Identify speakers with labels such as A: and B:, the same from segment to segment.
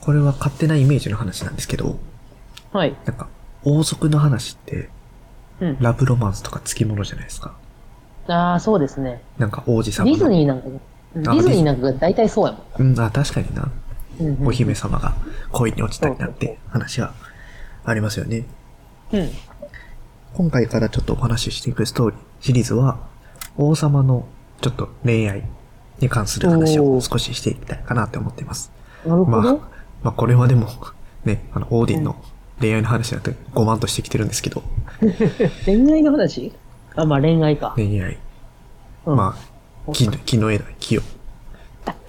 A: これは勝手なイメージの話なんですけど、
B: はい。
A: なんか、王族の話って、
B: うん。
A: ラブロマンスとか付き物じゃないですか。
B: ああ、そうですね。
A: なんか王子
B: デ
A: 様の。
B: ィズニーなんかも、うんデ
A: あ
B: ィズニーなんかが大体そうやもん。
A: うん、あ、確かにな。
B: うんうん
A: お姫様が恋に落ちたりなんて話はありますよね。
B: うん。
A: 今回からちょっとお話ししていくストーリー、シリーズは、王様のちょっと恋愛に関する話を少ししていきたいかなって思っています。
B: なる
A: ま
B: ほ
A: あ
B: ど。、
A: まあこれはでも、ね、あの、オーディンの恋愛の話だと5万としてきてるんですけど、
B: 恋愛の話あ、まあ恋愛か。
A: 恋愛。
B: うん
A: まあ、木の木の枝、木を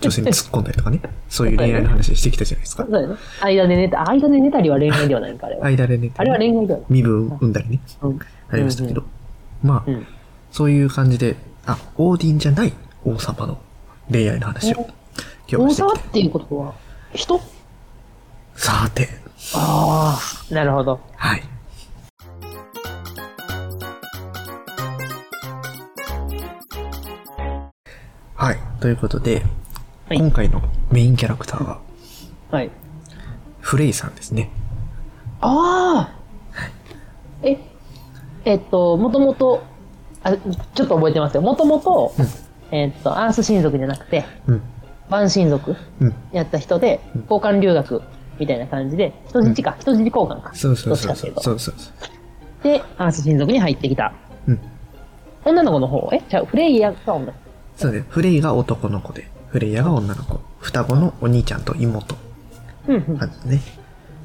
A: 女性に突っ込んだりとかね、そういう恋愛の話してきたじゃないですか
B: そう。だよね。間で寝た、間で寝たりは恋愛ではないんか、あれは。
A: 間でね、
B: あれは恋愛ではない。
A: 身分を生んだりね、
B: うん。
A: ありましたけど、ま
B: う
A: あ、
B: ん。
A: そういう感じで、あ、オーディンじゃない王様の恋愛の話を今日
B: 大
A: はして
B: 沢
A: い
B: っ
A: きたい。
B: ていうことは、人
A: さて、
B: ああ、なるほど。
A: はい。はい。ということで、
B: はい
A: 今回のメインキャラクターは、
B: はい。
A: フレイさんですね。
B: ああえ、えっと、もともと、あ、ちょっと覚えてますよ。もともと、えっと、アース親族じゃなくて、
A: うん。
B: バン親族
A: うん。
B: やった人で、交換留学みたいな感じで、人質か、人質交換か。
A: そうそう
B: ど
A: そう
B: っちかって
A: そ
B: いうう。と
A: そうそうそ
B: で、アース親族に入ってきた。
A: う。うん。
B: 女の子の方、え、じゃあフレイヤーが女の子。
A: そうね。フレイが男の子で、フレイヤが女の子。双子のお兄ちゃんと妹。
B: うんうん。
A: 感じね。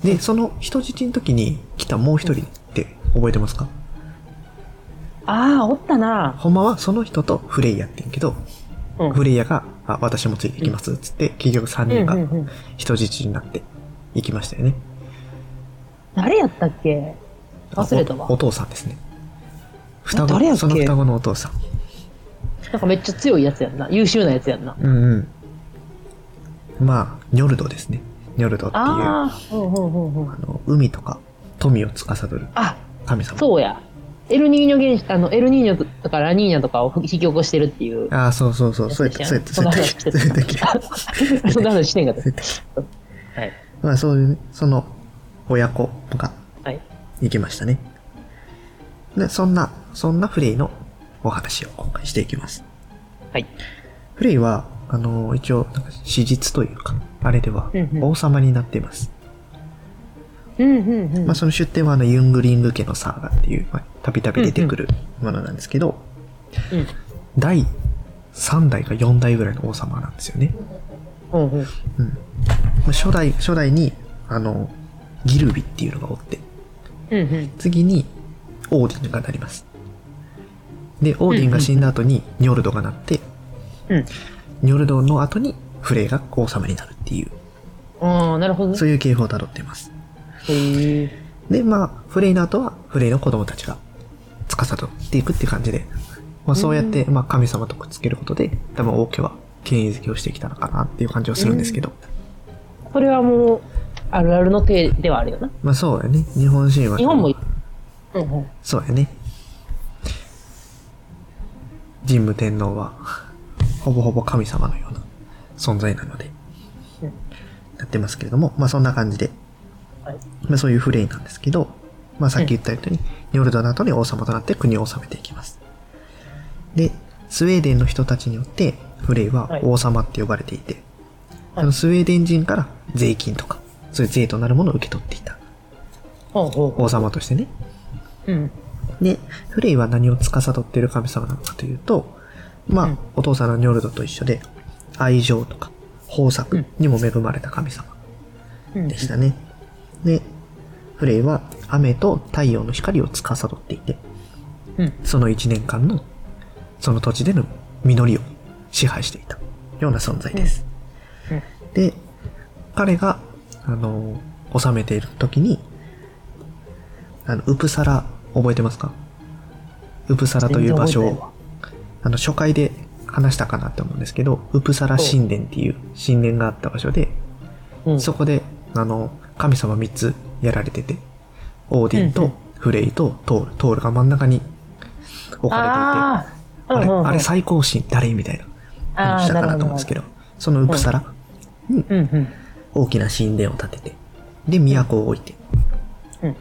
A: で、その人質の時に来たもう一人って覚えてますか
B: ああ、おったな。
A: ほんまはその人とフレイヤって言うんけど、
B: うん。
A: フレイヤが、あ、私もついていきますっつって、結局3人が
B: うんうんうん
A: 人質になって行きましたよね。
B: 誰やったっけ忘れた
A: おお
B: わ。
A: 父さんですね。双
B: 誰やっ
A: 子、
B: け
A: その双子のお父さん。
B: なんかめっちゃ強いやつやんな。優秀なやつやんな。
A: うんうん。まあ、ニョルドですね。ニョルドっていう、あ
B: ああ、うんうんうんうん。
A: の、海とか富を司る
B: あ、
A: 神様。
B: そうや。エルニーニョ現象、あの、エルニーニョとかラニーニャとかを引き起こしてるっていう。
A: ああ、そうそうそう、そうやっ
B: やつ
A: て、
B: や
A: そうやって、そうやって、そうやって、
B: んそんな話してんかった。はい。
A: まあそういうね、その親子が
B: はい。
A: 行きましたね。で、そんな、そんなフレイのお話を今回していきます。
B: はい。
A: フレイは、あの、一応、なんか史実というか、あれでは
B: うんうん
A: 王様になっています。
B: うんうんうん。
A: まあその出典はあの、ユングリング家のサーガっていう、まあたびたび出てくるものなんですけど、
B: うん
A: 第3代か4代ぐらいの王様なんですよね。
B: うんうん。
A: まあ初代、初代に、あの、ギルビっていうのがおって、
B: うんうん。
A: 次にオーディンがなりますでオーディンが死んだ後にニョルドがなって、
B: うん。
A: ニョルドの後にフレイが王様になるっていう
B: ああ、なるほどね
A: そ。ういう系譜をたどっています
B: へえ。
A: でまあフレイの後はフレイの子供たちが司っていくって感じで、まあ、そうやって、まあ、神様とくっつけることで多分王家は権威づけをしてきたのかなっていう感じはするんですけど、
B: これはもう、あるあるの手ではあるよな。
A: まあそうやね日本人は
B: 日本も、うんうん。
A: そうやね神武天皇はほぼほぼ神様のような存在なので
B: うん
A: なってますけれどもまあそんな感じで、
B: はい。
A: まあ、そういうフレイなんですけど、まあ、さっき言ったように、ニョルドの後に王様となって国を治めていきますでスウェーデンの人たちによってフレイは王様って呼ばれていて、
B: はい
A: あのスウェーデン人から税金とかそういう税となるものを受け取っていた
B: ほうほうほ
A: 王様としてね
B: う。うん。
A: で、フレイは何を司っている神様なのかというと、まあ、
B: うん
A: お父さんのニョルドと一緒で、愛情とか豊
B: う
A: 作
B: ん
A: にも恵まれた神様
B: うん
A: でしたね。で、フレイは雨と太陽の光を司っていて、
B: うん。
A: その一年間の、その土地での実りを支配していたような存在です。
B: うんうん
A: で、彼が、あの、治めている時に、あの、ウプサラ、覚えてますかウプサラという場所
B: 全然
A: を
B: 覚、
A: あの、初回で話したかなと思うんですけど、ウプサラ神殿っていう神殿があった場所で、
B: うん。
A: そこで、あの、神様3つやられてて、オーディン
B: うん
A: と
B: うん
A: フレイとトール、トールが真ん中に置かれていて、
B: ああ、
A: あれ、
B: うんうんうん
A: あれ最高神誰みたいな話だかなと思うんですけど、そのウプサラに
B: うんうん。
A: 大きな神殿を建てて、で、都を置いて、
B: うん。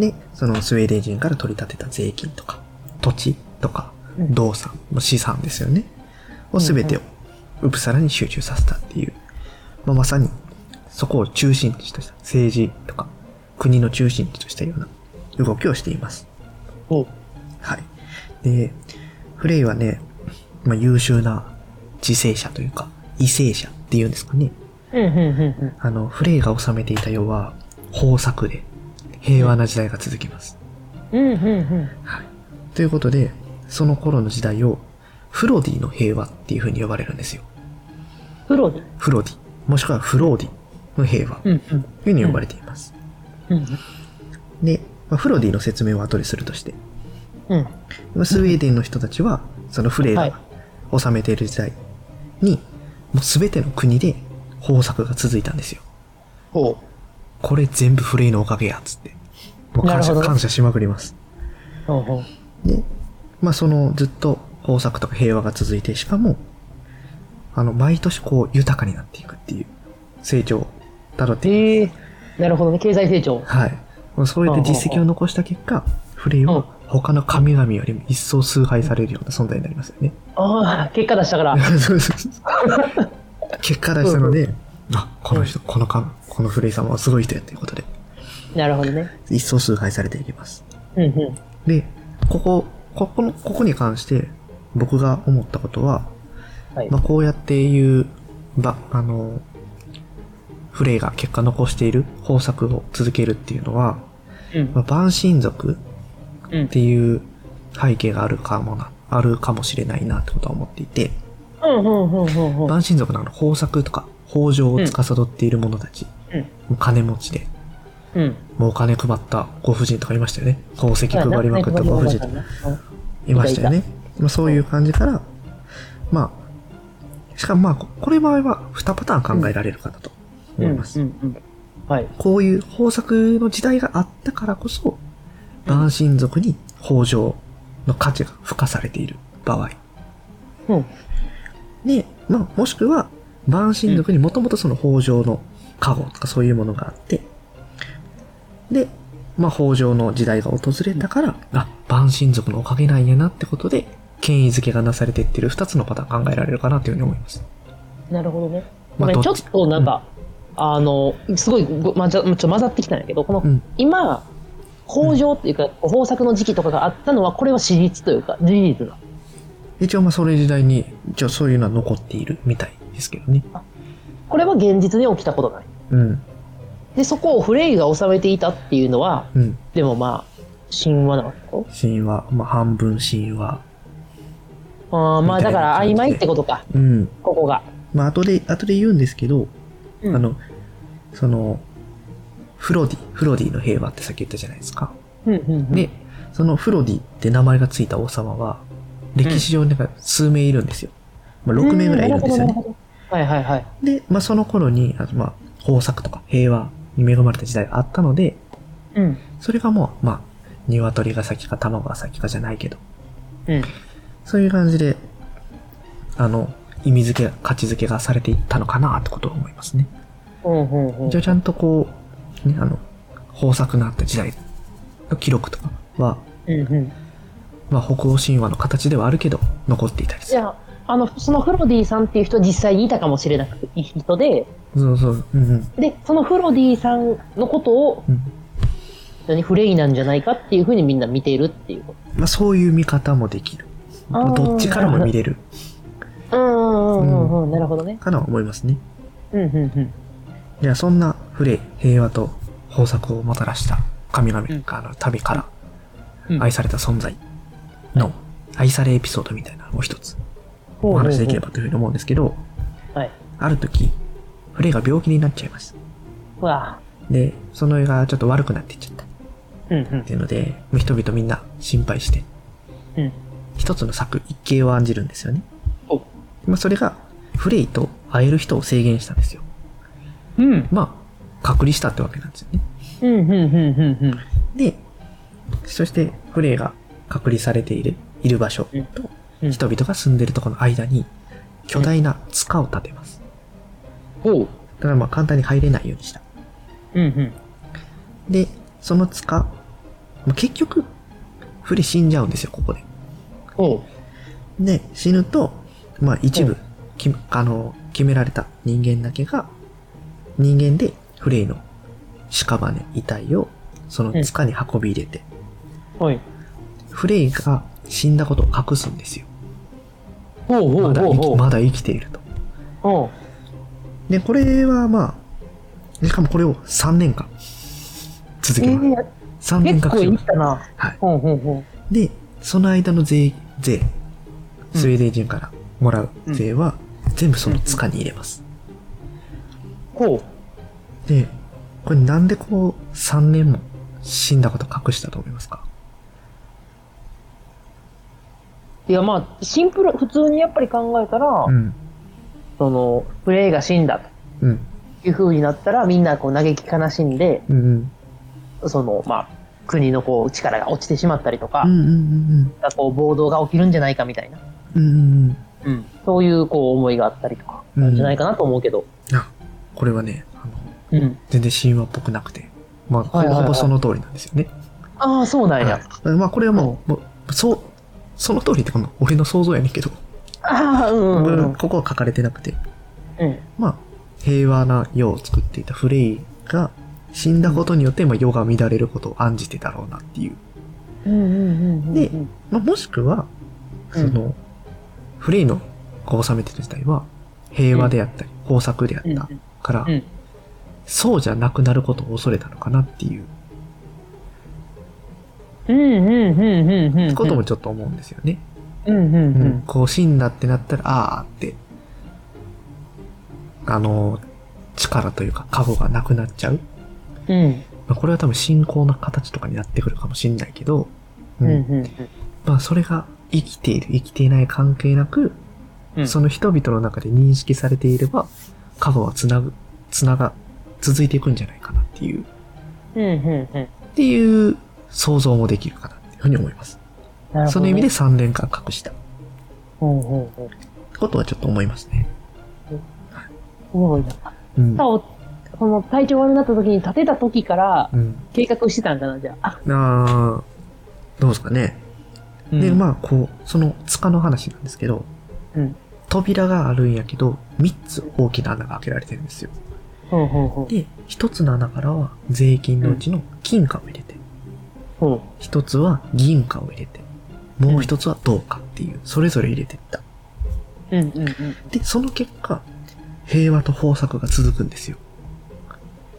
A: で、そのスウェーデン人から取り立てた税金とか、土地とか、
B: うん
A: 動産、まあ資産ですよね。を全てを、ウプサラに集中させたっていう。まあ、まさに、そこを中心地とした、政治とか、国の中心地としたような動きをしています。
B: お
A: はい。で、フレイはね、まあ、優秀な自生者というか、異性者っていうんですかね。
B: うん、うん、うん、うん。
A: あの、フレイが治めていた世は、豊作で、平和な時代が続きます。
B: うん、うん、うん。
A: はい。ということで、その頃の時代を、フロディの平和っていう風に呼ばれるんですよ。
B: フロディ。
A: フロディ、もしくはフローディの平和、という
B: う、
A: ん
B: うん。
A: 風に呼ばれています。
B: うん、
A: で、まあ、フロディの説明を後でするとして、
B: うん。
A: まあスウェーデンの人たちは、そのフレイ
B: はい
A: が治めている時代に、もう全ての国で豊作が続いたんですよ。
B: ほ
A: これ全部フレイのおかげや、つって。もう
B: な
A: 感
B: るほ
A: 謝、
B: どね
A: 感謝しまくります。
B: う。ほうほう。
A: で、まあそのずっと豊作とか平和が続いて、しかも、あの、毎年こう豊かになっていくっていう成長をたどっていく
B: ええなるほどね。経済成長。
A: はい。もうそうやって実績を残した結果、フレイ
B: うん
A: は他の神々よりも一層崇拝されるような存在になりますよね。
B: ああ、結果出したから。
A: そうそうそう 結果出したので、あ、この人、この神、このフレイ様はすごい人やということで、
B: なるほどね。
A: 一層崇拝されていきます。
B: うん、うん。
A: で、ここ、ここの、ここに関して僕が思ったことは、
B: はい
A: ま。あ、こうやっていう、ば、あの、フレイが結果残している豊作を続けるっていうのは、
B: うん
A: まあ、万神族
B: う
A: っ
B: ん。
A: ていう背景があるかもな、あるかもしれないなってことは思っていて、
B: うん、うん、うん、うん。うん
A: 万神族のあの豊作とか、豊穣を司っている者たち、
B: うん
A: もう金持ちで、
B: うん。
A: もうお金配ったご婦人とかいましたよね。宝石配りまくったご婦人とかいましたよね。まあ、そういう感じから、まあ、しかもまあ、ここれ場合は2パターン考えられるかなと
B: うん
A: 思います。
B: うんうんうんはい。
A: こういう豊作の時代があったからこそ、万神族に豊穣の価値が付加されている場合。
B: うん。
A: で、まあ、もしくは、万神族にもともとその北条の加護とかそういうものがあって、で、まあ、北条の時代が訪れたから、あ、万神族のおかげなんやなってことで、権威づけがなされてってる二つのパターン考えられるかなというふうに思います。
B: なるほどね。
A: ま
B: ご
A: あ
B: めん、ち
A: ど
B: ょ
A: っ
B: っ
A: ち
B: となんか、あの、すごいご、ま、ちょちょっと混ざってきたんやけど、この、
A: うん
B: 今、豊穣っていうか、豊作の時期とかがあったのは、これは史実というか、事実だ。
A: 一応、まあ、それ時代に、一応そういうのは残っているみたいですけどね。
B: これは現実に起きたことない。
A: うん、
B: で、そこをフレイが治めていたっていうのは、
A: うん。
B: でもまあ、神話なの
A: 神話、まあ、半分神話。
B: あーまあ、だから曖昧ってことか、
A: うん。
B: ここが。
A: まあ、後で、後で言うんですけど、
B: うん
A: あの、その、フロディ、フロディの平和ってさっき言ったじゃないですか。
B: うんうんうん
A: で、そのフロディって名前がついた王様は、歴史上になんか数名いるんですよ。まあ、6名ぐらいいるんですよね
B: なほ。どなるほどはいはいはい。
A: で、まあ、その頃に、あのまあ、豊作とか平和に恵まれた時代があったので、
B: うん。
A: それがもう、まあ、鶏が先か卵が先かじゃないけど、
B: うん。
A: そういう感じで、あの、意味付け、価値付けがされていったのかなってことを思いますね。
B: うんうんうん
A: じゃあちゃんとこう、ね、あの、豊作のあった時代の記録とかは、
B: うんうん。
A: まあ、北欧神話の形ではあるけど、残っていたりす
B: じ
A: る。
B: ゃあ、あの、そのフロディさんっていう人は実際にいたかもしれなくて、いい人で、
A: そうそう、うんうん。
B: で、そのフロディさんのことを、
A: うん
B: 何フレイなんじゃないかっていうふうにみんな見ているっていうこ
A: まあ、そういう見方もできる。
B: あー
A: まあどっちからも見れる
B: と。うんうんうんうん、なるほどね。
A: かなと思いますね。
B: うんうんうん。
A: じゃあ、そんなフレイ、平和と豊作をもたらした神々が、あの、旅から
B: うん
A: 愛された存在の愛されエピソードみたいなのを一つお話しできればというふうに思うんですけど、
B: はい。
A: ある時、フレイが病気になっちゃいます。
B: うわ
A: で、その絵がちょっと悪くなっていっちゃったっ
B: うんうん
A: ていうので、人々みんな心配して、
B: うん。
A: 一つの作、一景を案じるんですよね。
B: お
A: まあ、それが、フレイと会える人を制限したんですよ。
B: うん。
A: まあ、隔離したってわけなんですよね。
B: うんうんうんうんうん。
A: で、そして、フレイが隔離されている、いる場所
B: うん
A: と、
B: うん
A: 人々が住んでるところの間に、巨大な塚を建てます。
B: ほう。
A: からまあ簡単に入れないようにした。
B: うんうん。
A: で、その塚、まあ、結局、フリ死んじゃうんですよ、ここで。
B: おう。
A: で、死ぬと、まあ一
B: う
A: 部
B: ん、
A: きあの、決められた人間だけが、人間でフレイの屍、遺体を、その塚に運び入れて、
B: はい。
A: フレイが死んだことを隠すんですよ。
B: ほうほ
A: ま
B: う
A: だ
B: ほう
A: 生
B: ほ
A: き
B: う。
A: まだ生きていると。
B: おう
A: で、これはまあ、しかもこれを3年間続
B: え
A: けます。
B: ー、
A: 3年
B: 結
A: 間
B: 構いったな。
A: はい。
B: ほうほうほ
A: で、その間の税、税、
B: うん
A: スウェーデン人からもらう税は、全部その塚に入れます。
B: う。ほう。
A: で、これなんでこう、3年も死んだこと隠したと思いますか
B: いや、まあ、シンプル、普通にやっぱり考えたら、
A: うん。
B: その、プレイが死んだ
A: うん。
B: という風になったら、みんなこう嘆き悲しんで、
A: うんうん。
B: その、まあ、国のこう、力が落ちてしまったりとか、
A: うんうん
B: こう、暴動が起きるんじゃないかみたいな、
A: うんうん。うんうんうん。
B: うん、そういうこう、思いがあったりとか、
A: うん
B: なんじゃないかなと思うけど、
A: あ、これはね、あの、
B: うん。
A: 全然神話っぽくなくて、まあ、ほ
B: はい
A: ぼ
B: はいはい
A: ほぼその通りなんですよね。
B: ああ、そうなんや。
A: はいまあ、これはもう、もうそう、その通りってこの俺の想像やねんけど、
B: ああ、うんうんうん。
A: ここは書かれてなくて、
B: うん
A: まあ、平和な世を作っていたフレイが死んだことによって、まあ、世が乱れることを案じてだろうなっていう。
B: うんうんうんうん
A: でまあ、もしくは、その、フレイの治めてる時代は、平和であったり、豊作であったから
B: う、ん
A: そうじゃなくなることを恐れたのかなっていう
B: うんうんうんうんうんうん
A: こともちょっと思うんですよね。
B: うんうんう
A: うんん、こう死んだってなったら、ああって、あの、力というか、過去がなくなっちゃう。
B: うん
A: まあ、これは多分信仰の形とかになってくるかもしんないけど、
B: う
A: うんん
B: うん
A: まあ、それが生きている、生きていない関係なく、
B: うん
A: その人々の中で認識されていれば、過去はつなぐ、つなが、続いていくんじゃないかなっていう、
B: うんうんうん
A: っていう想像もできるかなっていうふうに思います。
B: なるほどね
A: その意味で3年間隠した
B: うんうんうん
A: ことはちょっと思いますね。
B: おもろいな
A: うん。
B: さをその体調悪くなった時に立てた時から
A: うん
B: 計画してたんかなじゃあ
A: あーどうですかね。で、まあ、こう、その塚の話なんですけど、
B: うん
A: 扉があるんやけど、3つ大きな穴が開けられてるんですよ。
B: ほうほうほ
A: で、1つの穴からは税金のうちの金貨を入れて、
B: うほう
A: 1つは銀貨を入れて、もう1つは銅貨っていう、それぞれ入れていった。
B: うんうんうん
A: で、その結果、平和と豊作が続くんですよ。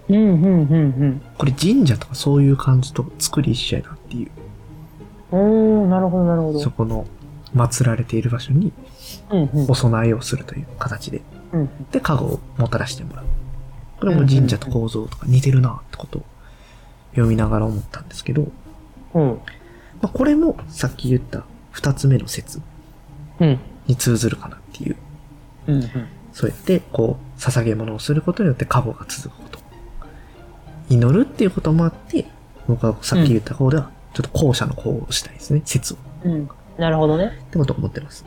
B: うんうんうん
A: これ神社とかそういう感じと作り一緒やなっていう、
B: うんおーなるほどなるほど
A: そこの祀られている場所に
B: うんうん
A: お供えをするという形で
B: うん
A: で、加護をもたらしてもらう。これも神社と構造とか似てるなってことを読みながら思ったんですけど、ま
B: うん
A: あ、これもさっき言った二つ目の説
B: うん
A: に通ずるかなっていう。
B: うん
A: そうやって、こう、捧げ物をすることによって加護が続くこと。祈るっていうこともあって、僕はさっき言った方では、ちょっと後者の方をしたいですね、説を。
B: うんうんなるほどね
A: ってことを思ってます。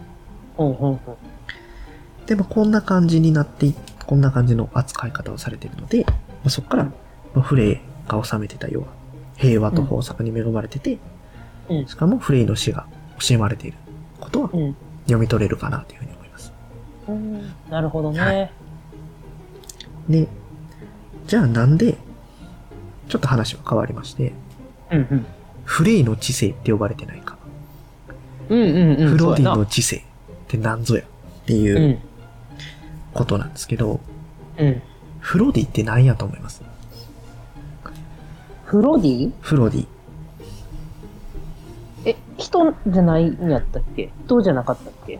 B: ほうほうほ
A: で、まあ、こんな感じになっていこんな感じの扱い方をされているので、まあ、そこから、まあフレイが治めてた世は平和と豊作に恵まれてて、
B: ううん
A: しかもフレイの死が惜しまれていることは
B: うん
A: 読み取れるかなというふうに思います。
B: うんなるほど
A: は
B: ね
A: で、じゃあなんで、ちょっと話は変わりまして、
B: うんうん
A: フレイの知性って呼ばれてないか。
B: うんうんうん
A: フロディ
B: そうや
A: の知性って何ぞやって
B: な
A: いうことなんですけど、
B: うんうん
A: フロディって何やと思います
B: フロディ
A: フロディ。
B: え、人じゃないんやったっけ人じゃなかったっけ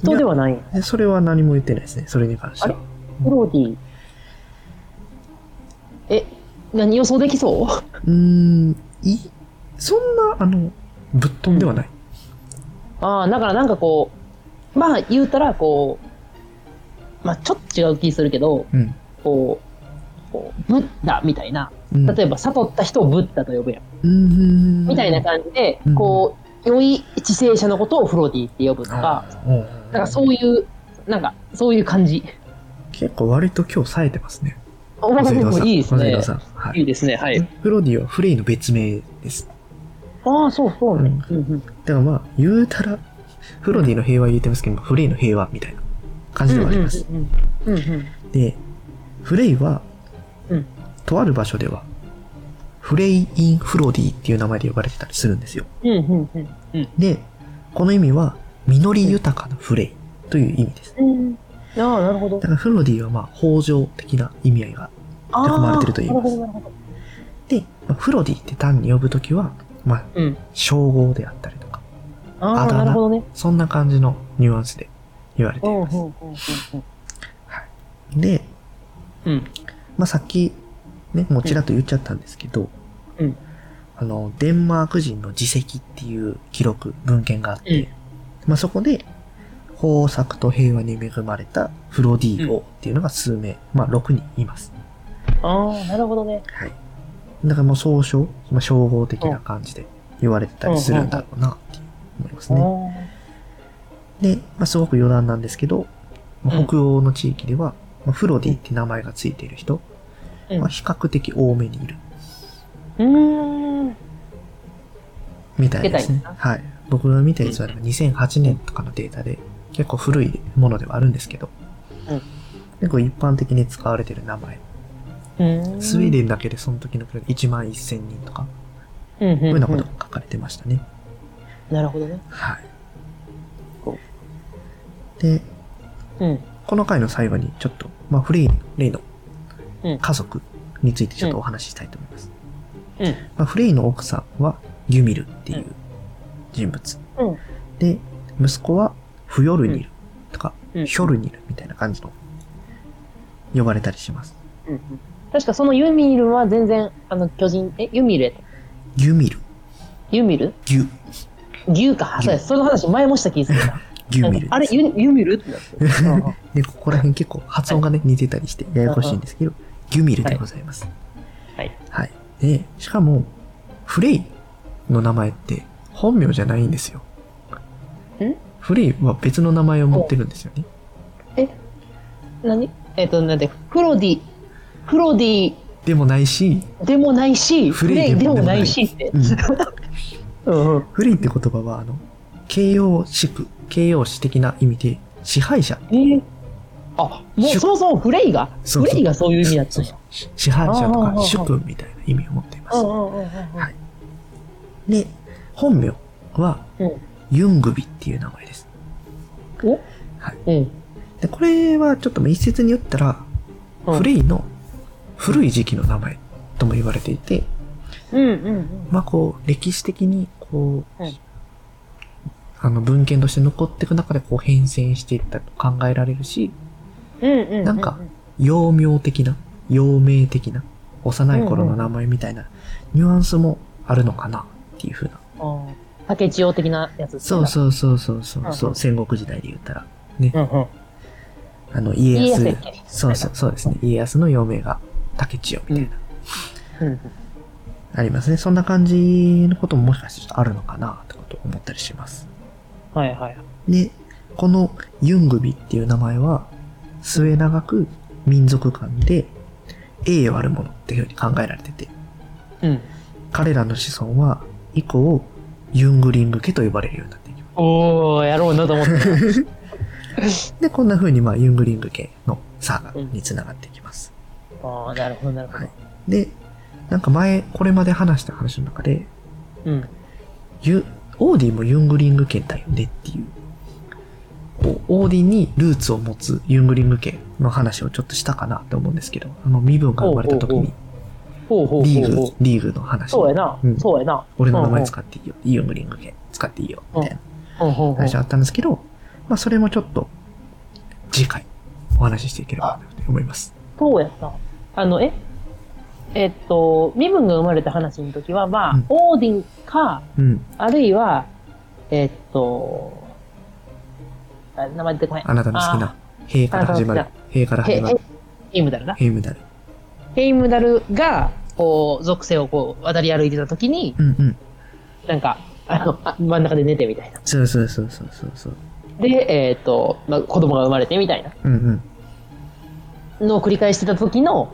B: 人ではない
A: でそれは何も言ってないですね、それに関しては。
B: あれフロディ。え、何予想できそう
A: うーん、い、そんな、あの、ぶっ飛んではない。
B: ああ、だからなんかこう、まあ言うたらこう、まあちょっと違う気するけど、
A: うん。
B: こう、こうブッダみたいな、
A: うん、
B: 例えば悟った人をブッダと呼ぶやん。
A: うんうんうん、
B: みたいな感じで
A: うん、
B: こう、良い知性者のことをフロディって呼ぶとか、
A: あー。
B: なんか
A: う
B: そういう、なんかそういう感じ。
A: 結構割と今日冴えてますね。
B: おばさんもいいです
A: 小
B: ね
A: 平。さん。はい
B: い
A: い。
B: ですね、はい。
A: フロディはフレイの別名です。
B: ああ、そうそうね。うんうん
A: だからまあ、言うたら、フロディの平和言ってますけど、フレイの平和みたいな感じではあります。
B: うんうんうんうん
A: で、フレイは、
B: うん
A: とある場所では、フレイ・イン・フロディっていう名前で呼ばれてたりするんですよ。
B: うんうんうんうん
A: で、この意味は、実り豊かなフレイという意味です。
B: うんああ、なるほど
A: だか。らフロディはまあ、豊穣的な意味合いが
B: ああ
A: 含まれてると言います
B: なるほどなるほ
A: あって、まあ、フロディって単に呼ぶときは、まあ、
B: どうん。
A: 称号であったりとか、
B: あ
A: あ
B: あ、
A: だ名
B: なるほどね。
A: そんな感じのニュアンスで言われて
B: う
A: い
B: んうん
A: ま
B: うんうん
A: す。で、
B: うんうん。
A: まあ、さっき、ね、もうちらっと言っちゃったんですけど、
B: うん
A: あの、デンマーク人の自責っていう記録、文献があって、
B: うん
A: まあ、そこで、豊作と平和に恵まれたフロディー王っていうのが数名、まあ、6人います。
B: ああ、なるほどね。
A: はい。だからもう総称、まあ、称号的な感じで言われてたりするんだろうなって思いますね。で、まあ、すごく余談なんですけど、まあ
B: うん
A: 北欧の地域では、まあ、フロディって名前がついている人、
B: うん
A: まあ、比較的多めにいる
B: あーうーん。
A: みたいですね
B: 出た。ん
A: はい。僕が見たやつはなんか2008年とかのデータで、結構古いものではあるんですけど、
B: うん
A: 結構一般的に使われてる名前。
B: うん
A: スウェーデンだけでその時のくらい1万1000人とか、
B: うんうん
A: そういうようなこと
B: う
A: が書かれてましたね。
B: ん。なるほどね。
A: はい。で、
B: うん。
A: この回の最後にちょっと、まあ、フレイ、レイの
B: うん
A: 家族についてちょっとお話ししたいと思います。
B: うん。
A: まあ、フレイの奥さんはギュミルっていう人物。
B: うん
A: で、息子はフヨルニルとか、
B: うん
A: ヒョルニルみたいな感じの呼ばれたりします。
B: うんうん確かそのユミルは全然、あの、巨人、え、ユミルやった
A: ギュミル、
B: ユミル
A: ギュ、
B: 牛か。そうや、その話前もした気がするな。
A: ギュミル。
B: あれ、ユユミルってなって る
A: で、ここら辺結構発音がね、似てたりしてややこしいんですけど、ギュミルでございます。
B: はい。
A: はい。で、しかも、フレイの名前って本名じゃないんですよ。
B: ん
A: フレイは別の名前を持ってるんですよね。
B: え、何えっ、と、なんで、フロディ、フロディ
A: でもないし、
B: でもないし、
A: フ
B: フ
A: レ
B: レ
A: イ
B: イ
A: で
B: で
A: も
B: も
A: な
B: ないいしって。
A: うん
B: うんうん。
A: フレイって言葉は、あの、形容詞句、形容詞的な意味で、支配者、
B: えーあ、もう
A: しゅ
B: そもそもフレイが、
A: そうそう
B: フレイがそういう意味だったんや。
A: 支配者と
B: あーあーあ
A: か
B: ー
A: 主君みたいな意味を持っていま
B: うん
A: す。
B: うんうんうん
A: はいで、本名は
B: うん
A: ユングビっていう名前です。
B: お
A: はい
B: うん。
A: で、これはちょっとまあ一説によったら、
B: うん
A: フレイの古い時期の名前とも言われていて、
B: うんうんうん。
A: まあこう、歴史的にこう、
B: はい
A: あの文献として残っていく中でこう変遷していったと考えられるし、
B: うんうんううん。
A: なんか幼名的な、幼名的な、幼い頃の名前みたいなニュアンスもあるのかなっていうふうな。
B: あー、竹千代的なやつ。
A: そうそうそうそうそうそうう、
B: ん
A: 戦国時代で言ったら、
B: う。うんうん。
A: あの家康
B: 家康やっけ、
A: そうそうそうですね、家康の幼名が竹千代みたいな。
B: うん
A: ありますね。そんな感じのことももしかしたらあるのかなってことを思ったりします。
B: はいはい。
A: で、このユングビっていう名前は末永く民族間で栄誉あるものっていうふうに考えられてて、
B: うん。
A: 彼らの子孫は以降ユングリング家と呼ばれるようになっていきま
B: おー、やろうなと 思って。
A: す。で、こんな風にまあユングリング家のサーガにつながっていきます。
B: ああ、なるほどなるほ
A: は
B: ど
A: い。で、なんか前、これまで話した話の中で、
B: うん。
A: ユオーディンもユングリング家だよねっていう。こうオーディンにルーツを持つユングリング家の話をちょっとしたかなと思うんですけど、あの身分が生まれた時
B: おうおう
A: に
B: ほうほう
A: リ
B: ほう
A: ー
B: ほ
A: グ
B: う、。
A: リーグの話。
B: そうやな
A: うん。
B: そうやな。
A: 俺の名前
B: か
A: 使っていいよ。ユングリング家使っていいよ。みたいな
B: うんうんうん。
A: 話あったんですけど、まあそれもちょっと次回お話ししていければなと思います。
B: そうやった。あの、ええっと、身分が生まれた話の時は、まあ、
A: うん
B: オーディンか、
A: うん。
B: あるいは、えっと、あ名前出てこない。
A: あなたの好きな、兵から始ま
B: あ
A: る
B: なた。
A: 兵から
B: あ。ヘ
A: 始まる。
B: ヘイムダルな。
A: 兵ムダル。
B: ヘイムダルが、こう、属性をこう、渡り歩いてた時に、
A: うんうん。
B: なんか、あの、あ真ん中で寝てみたいな。
A: そうそうそうそうそうそう。
B: で、えっと、まあ、子供が生まれてみたいな。
A: うんうん。
B: のを繰り返してた時の、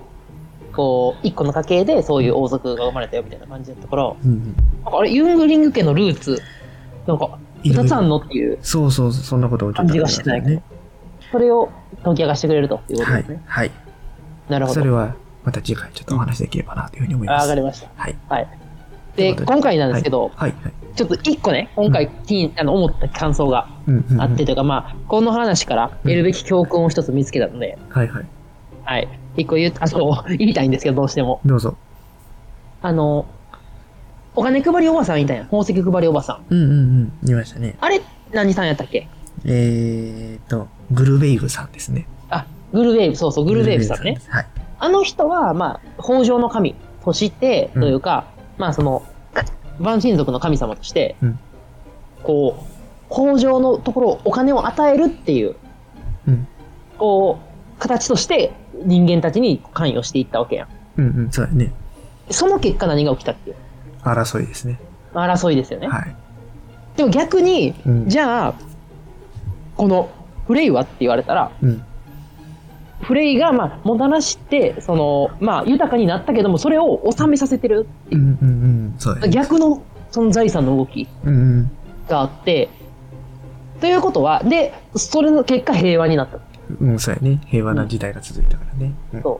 B: こう、一個の家系でそういう王族が生まれたよみたいな感じだったから、
A: うん。
B: なんかあれ、ユングリング家のルーツ、なんか、
A: いろいろ
B: 二つあんのっていう、
A: そうそうそう、そんなこともちょっとありました
B: 感じが
A: ね。
B: それを解き明かしてくれるということ
A: は
B: で
A: い
B: すね。。
A: はい。
B: なるほ
A: それ
B: ど。
A: は、また次回ちょっとお話しできればなというふうに思い
B: あ
A: ま
B: わ
A: す。
B: かりました。
A: はい。
B: はい。
A: とい
B: で、
A: うことで
B: 今回なんですけど、
A: はい。はい。
B: ちょっと一個ね、今回、ティーン、あの、思った感想が
A: うんうんうん
B: あってというか、まあ、この話から得るべき教訓を一つ見つけたので、
A: はいはい。
B: はい。一個言う、あ、そう、 言いたいんですけど、どうしても。
A: どうぞ。
B: あの、お金配りおばさんみたいな、宝石配りおばさん。
A: うんうんうん。見ましたね。
B: あれ、何さんやったっけ
A: えーと、グルベイブさんですね。
B: あ、グルウェーブ、そうそう、グルウェーブさんね
A: グル。ベイブさんです。
B: あの人は、まあ、北条の神として、
A: うん
B: というか、まあ、その、万神族の神様として、
A: うん
B: こう、北条のところ、お金を与えるっていう、
A: はい。うん。
B: こう、形として人間たちに関与していったわけやん。
A: うんうん。そうだね。
B: その結果何が起きたっていう。
A: 争いですね。
B: まあ争いですよね。
A: はい。
B: でも逆に、
A: うん
B: じゃあ、この、フレイはって言われたら、
A: うん。
B: フレイが、まあ、もたらして、その、まあ、豊かになったけども、それを収めさせてる。
A: うんうんうん。そうだね。
B: 逆の、その財産の動き
A: うんうん。
B: があって、ということは、で、それの結果平和になった。
A: うん、そうやね。平和な時代が続いたからね。うん
B: そう。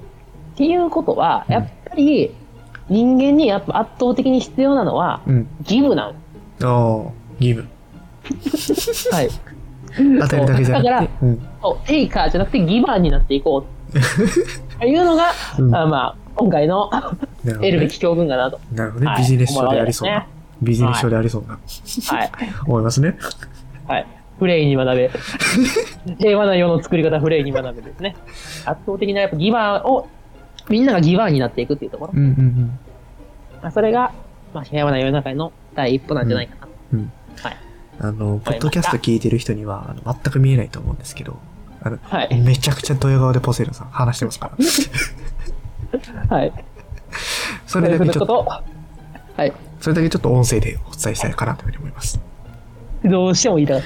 B: っていうことは、
A: うん
B: やっぱり、人間にやっぱ圧倒的に必要なのは、
A: うん。
B: 義務なの。
A: おー、義 務。
B: はい。
A: 与えるだけじゃ
B: だか
A: なく
B: ら
A: て。うん。
B: そうテイカーじゃなくてギバーになっていこ う。というのが、
A: うん
B: あまあ、今回の
A: なるほど
B: 得るべ
A: ね
B: き教訓かなと。
A: なるほどね
B: は。い
A: ビジネス書でありそう
B: 思うわ
A: な
B: け。
A: ビジネス書でありそうな。
B: はい。
A: 思いますね。
B: はい。フレイに 学べ。平和な世の作り方、フレイに学べですね。圧倒的なやっぱギバーを、みんながギバーになっていくっていうところ
A: う。んうん
B: まあ、それが、まあ、平和な世の中への第一歩なんじゃないかな。
A: うん。うん。
B: はい。
A: あの、ポッドキャスト聞いてる人には、あの全く見えないと思うんですけど、あの、
B: はい。
A: めちゃくちゃドヤ顔でポセイドンさん話してます から。
B: はい。
A: それだけちょっと、
B: と。はい。
A: それだけちょっと音声でお伝えしたいかなというふうに思います。
B: どうしても言いたかっ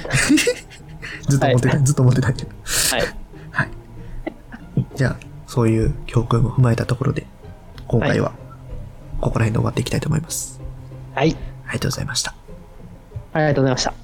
A: ずっと思ってた、ずっと思ってたけど。
B: た。はい。
A: はい。じゃあ、そういう教訓を踏まえたところで、今回は、ここら辺で終わっていきたいと思います。
B: はい。
A: ありがとうございました。
B: ありがとうございました。